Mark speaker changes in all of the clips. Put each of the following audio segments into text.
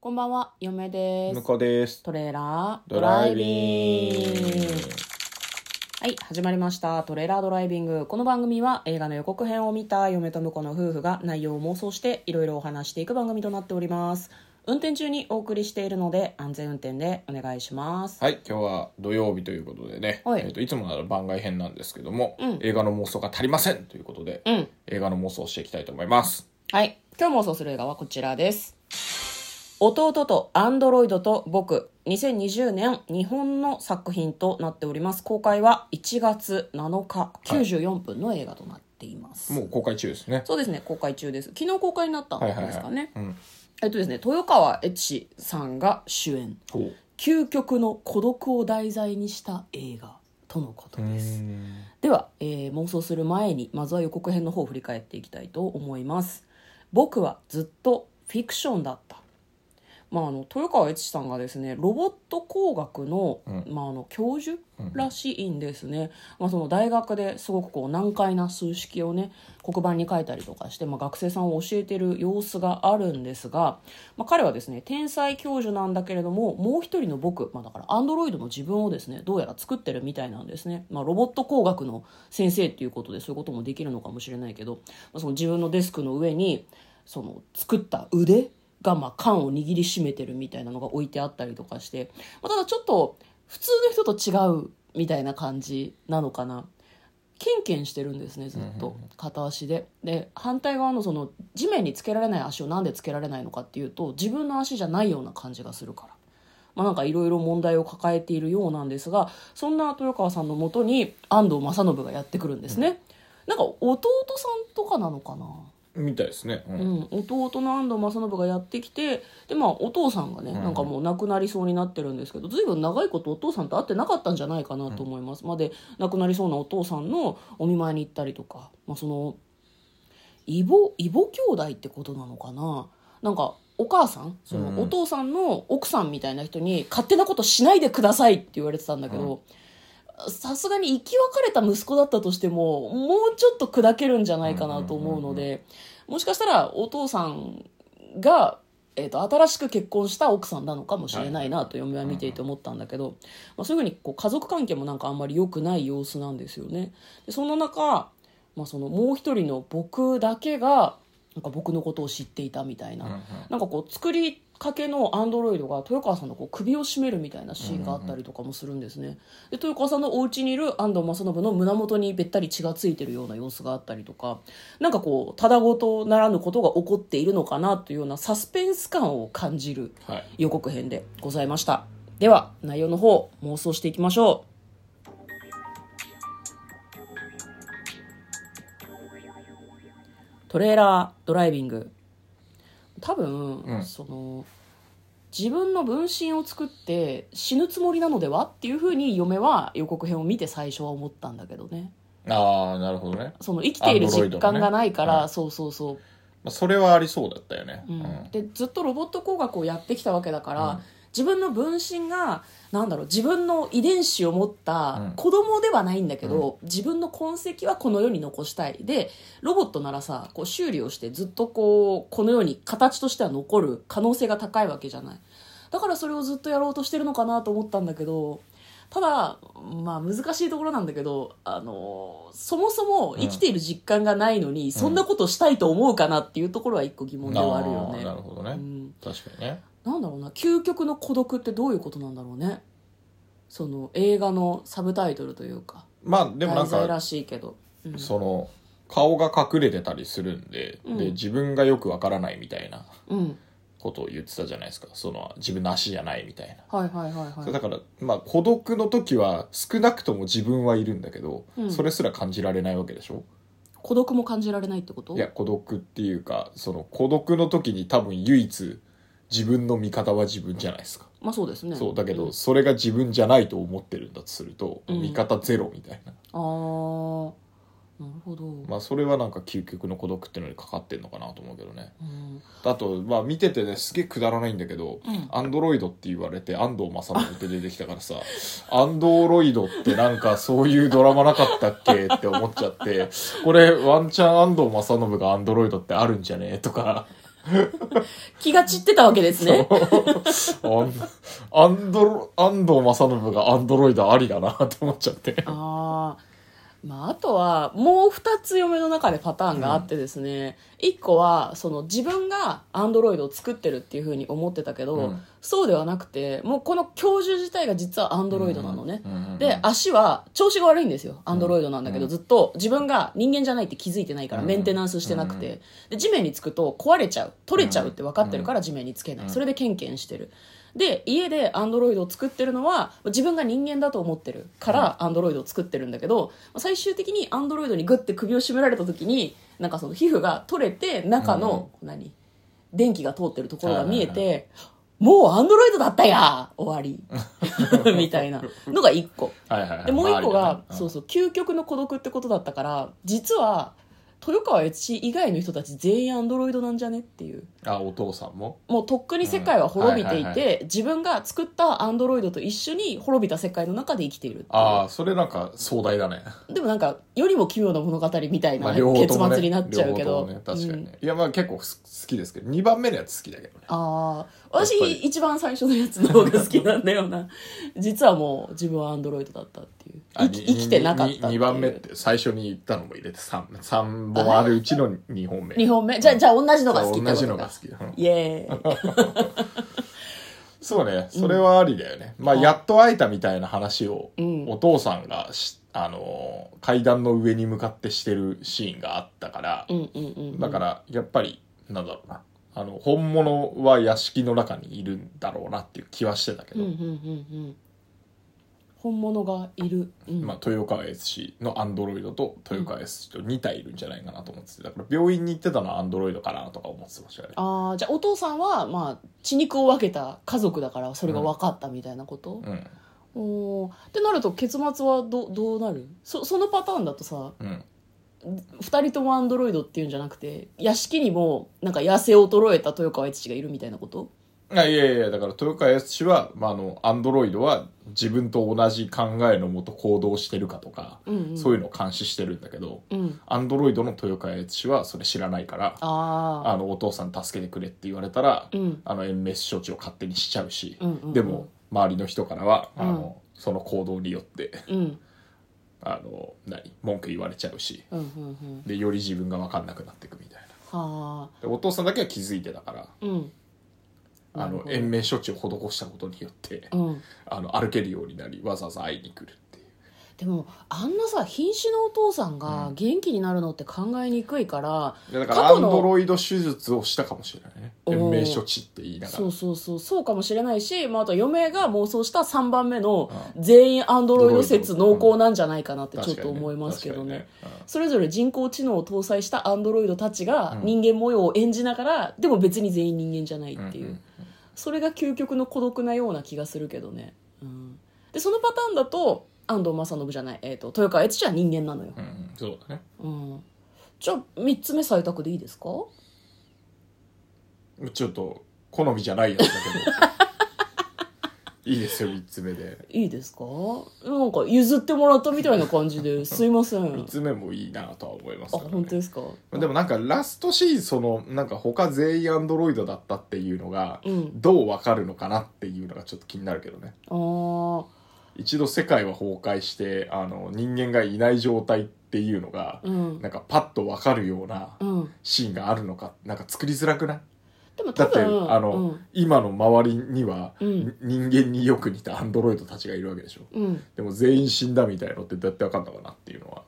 Speaker 1: こんばんは、嫁です
Speaker 2: 向。こうです。
Speaker 1: トレーラード
Speaker 2: ド
Speaker 1: ラ
Speaker 2: ラ
Speaker 1: イ
Speaker 2: イ
Speaker 1: ビ
Speaker 2: ビ
Speaker 1: ング。
Speaker 2: ング。
Speaker 1: はい、始まりました。トレーラードライビング。この番組は映画の予告編を見た嫁と婿の夫婦が内容を妄想していろいろお話していく番組となっております。運転中にお送りしているので安全運転でお願いします。
Speaker 2: はい、今日は土曜日ということでね、
Speaker 1: はい
Speaker 2: えー、といつもなら番外編なんですけども、
Speaker 1: うん
Speaker 2: 映画の妄想が足りませんということで、
Speaker 1: うん。
Speaker 2: 映画の妄想をしていきたいと思います。
Speaker 1: はい。今日妄想する映画はこちらです。弟とアンドロイドと僕、2020年日本の作品となっております。公開は1月7日、94分の映画となっています。
Speaker 2: もう公開中ですね。
Speaker 1: そうですね、公開中です。昨日公開になったん
Speaker 2: は
Speaker 1: で
Speaker 2: い
Speaker 1: すか
Speaker 2: はい
Speaker 1: ね。
Speaker 2: はい。うん。
Speaker 1: えっとですね、豊川悦司さんが主演、
Speaker 2: ほう。
Speaker 1: 究極の孤独を題材にした映画とのこと
Speaker 2: うー
Speaker 1: です。
Speaker 2: ん
Speaker 1: では、えー妄想する前にまずは予告編の方を振り返っていきたいと思います僕はずっとフィクションだったまあ、あの豊川悦司さんがですねロボット工学の,、
Speaker 2: うん
Speaker 1: まあ、あの教授
Speaker 2: うん
Speaker 1: らしいんですね、まあ、その大学ですごくこう難解な数式をね黒板に書いたりとかして、まあ、学生さんを教えてる様子があるんですが、まあ、彼はですね天才教授なんだけれどももう一人の僕、まあ、だからアンドロイドの自分をですねどうやら作ってるみたいなんですね、まあ、ロボット工学の先生っていうことでそういうこともできるのかもしれないけど、まあ、その自分のデスクの上にその作った腕がまあ缶を握りしめてるみたいなのが置いてあったりとかして、まあ、ただちょっと普通の人と違うみたいな感じなのかなケンケンしてるんですねずっと片足でで反対側のその地面につけられない足をなんでつけられないのかっていうと自分の足じゃないような感じがするから。まあ、なんかいろいろ問題を抱えているようなんですがそんな豊川さんのもとに安藤正信がやってくるんですね、なんか弟さんとかなのかな
Speaker 2: みたいですね。うん
Speaker 1: うん、弟の安藤正信がやってきてで、まあ、お父さんがね、
Speaker 2: うん
Speaker 1: なんかもう亡くなりそうになってるんですけど随分長いことお父さんと会ってなかったんじゃないかなと思います、まあで亡くなりそうなお父さんのお見舞いに行ったりとか、まあ、その異母異母兄弟ってことなのかななんかお母さんそ
Speaker 2: うん
Speaker 1: のお父さんの奥さんみたいな人に勝手なことしないでくださいって言われてたんだけど、さすがに生き別れた息子だったとしてももうちょっと砕けるんじゃないかなと思うので、もしかしたらお父さんが、えー、と新しく結婚した奥さんなのかもしれないなと嫁は見ていて思ったんだけど、まあ、そういうふうにこう家族関係もなんかあんまり良くない様子なんですよね。でそんな中、まあ、そのもう一人の僕だけがなんか僕のことを知っていたみたいな
Speaker 2: うんうん
Speaker 1: なんかこう作りかけのアンドロイドが豊川さんのこう首を絞めるみたいなシーンがあったりとかもするんですね、で豊川さんのお家にいる安藤正信の胸元にべったり血がついてるような様子があったりとかなんかこうただごとならぬことが起こっているのかなというようなサスペンス感を感じる
Speaker 2: はい。
Speaker 1: 予告編でございましたでは内容の方妄想していきましょうトレーラードライビング多分、
Speaker 2: うん
Speaker 1: その自分の分身を作って死ぬつもりなのではっていうふうに嫁は予告編を見て最初は思ったんだけどね
Speaker 2: ああ、なるほどね。
Speaker 1: その生きている実感がないか
Speaker 2: アンドロイドのね
Speaker 1: ら、
Speaker 2: はい
Speaker 1: そうそうそう
Speaker 2: まあ、それはありそうだったよね。
Speaker 1: う
Speaker 2: うんん。
Speaker 1: でずっとロボット工学をやってきたわけだから、
Speaker 2: うん
Speaker 1: 自分の分身がなんだろう自分の遺伝子を持っ
Speaker 2: う
Speaker 1: た
Speaker 2: ん
Speaker 1: 子供ではないんだけど、自分の痕跡はこの世に残したいでロボットならさこう修理をしてずっとこうこの世に形としては残る可能性が高いわけじゃないだからそれをずっとやろうとしてるのかなと思ったんだけどただまあ難しいところなんだけどあのそもそも生きている実感がないのに、そんなことしたいと思うかなっていうところは一個疑問ではあるよ
Speaker 2: あ
Speaker 1: ね
Speaker 2: ーなるほどね。
Speaker 1: うん
Speaker 2: 確かにね。
Speaker 1: なんだろうな究極の孤独ってどういうことなんだろうねその映画のサブタイトルというか
Speaker 2: まあ、でもな
Speaker 1: 題
Speaker 2: ん
Speaker 1: 材
Speaker 2: か、
Speaker 1: らしいけど、うん
Speaker 2: その、顔が隠れてたりするんで、
Speaker 1: うん
Speaker 2: で、自分がよくわからないみたいな
Speaker 1: うん、
Speaker 2: ことを言ってたじゃないですか。その、自分の足じゃないみたいな。
Speaker 1: はいはいはい
Speaker 2: そう
Speaker 1: はい
Speaker 2: だから、まあ、孤独の時は少なくとも自分はいるんだけど、
Speaker 1: うん
Speaker 2: それすら感じられないわけでしょ
Speaker 1: 孤独も感じられないってこと
Speaker 2: いや孤独っていうかその孤独の時に多分唯一自分の味方は自分じゃないですか、
Speaker 1: まあそうですね
Speaker 2: そうだけど、
Speaker 1: ん
Speaker 2: それが自分じゃないと思ってるんだとすると、
Speaker 1: うん
Speaker 2: 味方ゼロみたいな、
Speaker 1: あーなるほど、
Speaker 2: まあ、それはなんか究極の孤独っていうのにかかってんのかなと思うけどね
Speaker 1: うん、
Speaker 2: あと、まあ、見ててねすげえくだらないんだけど、
Speaker 1: うん
Speaker 2: アンドロイドって言われて安藤正信って出てきたからさ アンドロイドってなんかそういうドラマなかったっけって思っちゃってこれワンチャン安藤正信がアンドロイドってあるんじゃねとか
Speaker 1: 気が散ってたわけですね。
Speaker 2: アンドロ、安藤正信がアンドロイドありだなって思っちゃって。
Speaker 1: ああ。まあ、あとは、もう二つ嫁の中でパターンがあってですね、一、個は、その自分がアンドロイドを作ってるっていうふうに思ってたけど、
Speaker 2: うん
Speaker 1: そうではなくて、もうこの教授自体が実はアンドロイドなのね。
Speaker 2: うんうんうん
Speaker 1: で、足は調子が悪いんですよ。アンドロイドなんだけど、
Speaker 2: うん
Speaker 1: ずっと自分が人間じゃないって気づいてないから、
Speaker 2: うん
Speaker 1: メンテナンスしてなく
Speaker 2: う
Speaker 1: て。で、地面につくと壊れちゃう、取れちゃうって分かってるから地面につけない。
Speaker 2: うん
Speaker 1: それでケンケンしてる。で家でアンドロイドを作ってるのは自分が人間だと思ってるからアンドロイドを作ってるんだけど最終的にアンドロイドにグッて首を絞められた時になんかその皮膚が取れて中の、何電気が通ってるところが見え
Speaker 2: は
Speaker 1: てもうアンドロイドだったや終わり みたいなのが1個
Speaker 2: はいはいはい。
Speaker 1: でもう1個
Speaker 2: まああ
Speaker 1: が
Speaker 2: りだね
Speaker 1: そうそう究極の孤独ってことだったから実は豊川悦司以外の人たち全員アンドロイドなんじゃねっていう。
Speaker 2: あ、お父さんも
Speaker 1: もうとっくに世界は滅びていて、
Speaker 2: うんはいはい
Speaker 1: 自分が作ったアンドロイドと一緒に滅びた世界の中で生きているっていう
Speaker 2: ああ、それなんか壮大だね。
Speaker 1: でもなんか世にも奇妙な物語みたい
Speaker 2: ま
Speaker 1: な
Speaker 2: あ
Speaker 1: 結
Speaker 2: 両方ともね。
Speaker 1: 末になっちゃうけど、
Speaker 2: 両方ともね確かに
Speaker 1: うん
Speaker 2: ね。いや、まあ結構す好きですけど、2番目のやつ好きだけどね。
Speaker 1: ああ
Speaker 2: やっぱ
Speaker 1: 私
Speaker 2: り
Speaker 1: 一番最初のやつの方が好きなんだよな 実はもう自分はアンドロイドだったっていう生き生きてなかったっていう
Speaker 2: 2番目って最初に言ったのも入れて 3, 三本あるうちの2本目
Speaker 1: 2本目じゃあじゃあ同じのが好きってこ
Speaker 2: 同
Speaker 1: とか
Speaker 2: じのが好きうん
Speaker 1: イ エーイ
Speaker 2: そうねそれはありだよね、まあやっと会えたみたいな話を
Speaker 1: うん
Speaker 2: お父さんがしあのー階段の上に向かってしてるシーンがあったから
Speaker 1: うんうんうんうん
Speaker 2: だからやっぱりなんだろうなあの本物は屋敷の中にいるんだろうなっていう気はしてたけ
Speaker 1: うん
Speaker 2: ど、
Speaker 1: うんうんうん本物がいる、うん
Speaker 2: まあ、豊川悦司のアンドロイドと豊川悦司と2体いるんじゃないかなと思っててだから病院に行ってたのはアンドロイドかなとか思ってましたね
Speaker 1: あーじゃあお父さんは、まあ、血肉を分けた家族だからそれが分かったみたいなこと、
Speaker 2: うん
Speaker 1: おーってなると結末はどどうなるそそのパターンだとさ
Speaker 2: うん
Speaker 1: 2人ともアンドロイドっていうんじゃなくて屋敷にもなんか痩せ衰えた豊川悦司がいるみたいなこと
Speaker 2: あいやいやだから豊川悦司は、まあ、あのアンドロイドは自分と同じ考えのもと行動してるかとか、
Speaker 1: うんうん
Speaker 2: そういうのを監視してるんだけど
Speaker 1: うん
Speaker 2: アンドロイドの豊川悦司はそれ知らないから
Speaker 1: ああ
Speaker 2: あのお父さん助けてくれって言われたら、
Speaker 1: うん
Speaker 2: あの延命処置を勝手にしちゃうし、
Speaker 1: うんうんうん
Speaker 2: でも周りの人からはあの、その行動によって
Speaker 1: うん
Speaker 2: あの何文句言われちゃうし
Speaker 1: うんうんうん
Speaker 2: でより自分が分かんなくなっていくみたいな
Speaker 1: はあ
Speaker 2: でお父さんだけは気づいてたから
Speaker 1: うん
Speaker 2: あ
Speaker 1: なる
Speaker 2: の
Speaker 1: ほど
Speaker 2: 延命処置を施したことによって、
Speaker 1: うん
Speaker 2: あの歩けるようになりわざわざ会いに来るっていう
Speaker 1: でもあんなさ瀕死のお父さんが元気になるのって考えにくいから、
Speaker 2: いやだ
Speaker 1: 過
Speaker 2: からア
Speaker 1: 去
Speaker 2: ン
Speaker 1: の
Speaker 2: ドロイド手術をしたかもしれないね
Speaker 1: おー
Speaker 2: 延命処置って言いなが
Speaker 1: そ
Speaker 2: ら
Speaker 1: うそうそうそうかもしれないし、まあ、あと嫁が妄想した3番目の
Speaker 2: う
Speaker 1: 全員アンドロイド説濃厚なんじゃないかなってちょっ
Speaker 2: 確か
Speaker 1: と
Speaker 2: にね
Speaker 1: 思いますけどね
Speaker 2: 確かにね
Speaker 1: それぞれ人工知能を搭載したアンドロイドたちが
Speaker 2: うん
Speaker 1: 人間模様を演じながら、でも別に全員人間じゃない
Speaker 2: うん
Speaker 1: っていう、
Speaker 2: うん
Speaker 1: それが究極の孤独なような気がするけどね、うん、でそのパターンだと安藤正信じゃない、えー、と豊川悦司は人間なのよ、
Speaker 2: うんうんうんそうだね
Speaker 1: うん、じゃあ3つ目採択でいいですか
Speaker 2: ちょっと好みじゃないやつ だけどいいですよ3つ目で
Speaker 1: いいですかなんか譲ってもらったみたいな感じ ですいません
Speaker 2: 3つ目もいいなとは思います
Speaker 1: あ
Speaker 2: けどね
Speaker 1: 本当ですか
Speaker 2: まあでもなんかラストシーンそのなんか他全員アンドロイドだったっていうのが
Speaker 1: うん
Speaker 2: どうわかるのかなっていうのがちょっと気になるけどね
Speaker 1: あー
Speaker 2: 一度世界は崩壊してあの人間がいない状態っていうのが
Speaker 1: うん
Speaker 2: なんかパッとわかるような
Speaker 1: うん
Speaker 2: シーンがあるのかなんか作りづらくない
Speaker 1: でも多
Speaker 2: だって
Speaker 1: 分
Speaker 2: あの、今の周りには、
Speaker 1: うん
Speaker 2: 人間によく似たアンドロイドたちがいるわけでしょ
Speaker 1: うん、うん、
Speaker 2: でも全員死んだみたいのってどうやってわかんのかなっていうのは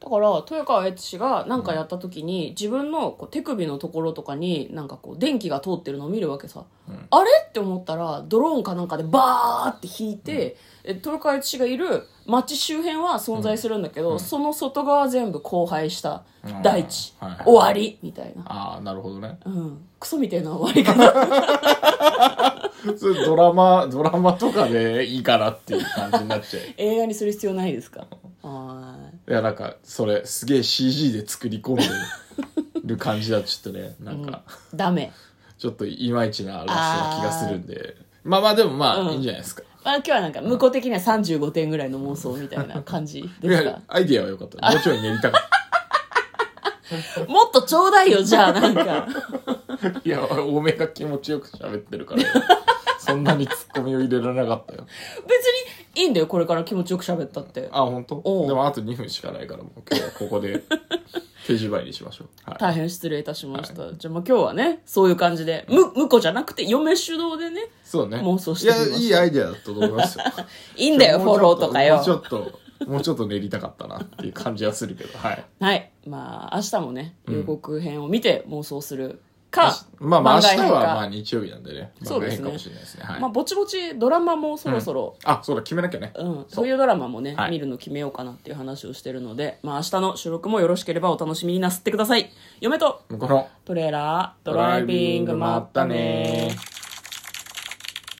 Speaker 1: だから豊川悦司が何かやった時に、自分のこう手首のところとかになんかこう電気が通ってるのを見るわけさ、
Speaker 2: うん
Speaker 1: あれって思ったらドローンかなんかでバーって引いて、え豊川悦司がいる町周辺は存在するんだけど、
Speaker 2: うん
Speaker 1: その外側は全部荒廃した
Speaker 2: うん
Speaker 1: 大地、
Speaker 2: はいはい
Speaker 1: 終わりみたいな、
Speaker 2: ああなるほどね
Speaker 1: うん、クソみたいな終わり 方
Speaker 2: 普通ドラマドラマとかでいいかなっていう感じになっちゃう
Speaker 1: 映画にする必要ないですかはい
Speaker 2: やなんかそれすげえ CG で作り込んでる感じだとちょっとねなんか、
Speaker 1: いダメ、
Speaker 2: ちょっといまいちなラストな気がするんでまあまあでもまあ、
Speaker 1: うん
Speaker 2: いいんじゃないですか
Speaker 1: まあ、今日はなんか向こう的には35点ぐらいの妄想みたいな感じ
Speaker 2: い
Speaker 1: ですか
Speaker 2: やアイディアは良かったもうちょい練りたかっ
Speaker 1: もっとちょうだいよ、じゃあ、なん か。
Speaker 2: いや、おめえが気持ちよく喋って るからよ。そんなにツッコミを入れられなかったよ。
Speaker 1: 別にいいんだよ、これから気持ちよく喋ったって。
Speaker 2: あ、本当？
Speaker 1: おう
Speaker 2: でもあと2分しかないから、もう今日はこ こで手芝居にしましょう。はい。
Speaker 1: 大変失礼いたしました。じゃあ、まあ今日はね、そういう感じで、む、婿じゃなくて嫁主導でね、
Speaker 2: そうね。
Speaker 1: 妄想してみまし
Speaker 2: い
Speaker 1: た
Speaker 2: や、いいアイデアだったと思い ますよ。
Speaker 1: いいんだよ、フ
Speaker 2: も
Speaker 1: ォ
Speaker 2: うちょ
Speaker 1: ロ
Speaker 2: っ
Speaker 1: ーとかよ
Speaker 2: もう。ちょっと、もうちょっと練りたかったなっていう感じはするけど、はい。
Speaker 1: はい。まあ、明日もね、予告編を見て妄想するか、
Speaker 2: まあまあ
Speaker 1: 番外
Speaker 2: 明日
Speaker 1: 編か
Speaker 2: はまあ日曜日なんでね。
Speaker 1: そうですね
Speaker 2: まあ変かもしれないですね。はい。
Speaker 1: まあ、ぼちぼちドラマもそろそろ、
Speaker 2: あ、そうだ、決めなきゃね。
Speaker 1: うん、
Speaker 2: そ
Speaker 1: そうういうドラマもね、
Speaker 2: はい
Speaker 1: 見るの決めようかなっていう話をしてるので、まあ、明日の収録もよろしければお楽しみになすってください。嫁と
Speaker 2: 向こうの
Speaker 1: トレーラードライビング、まったねー。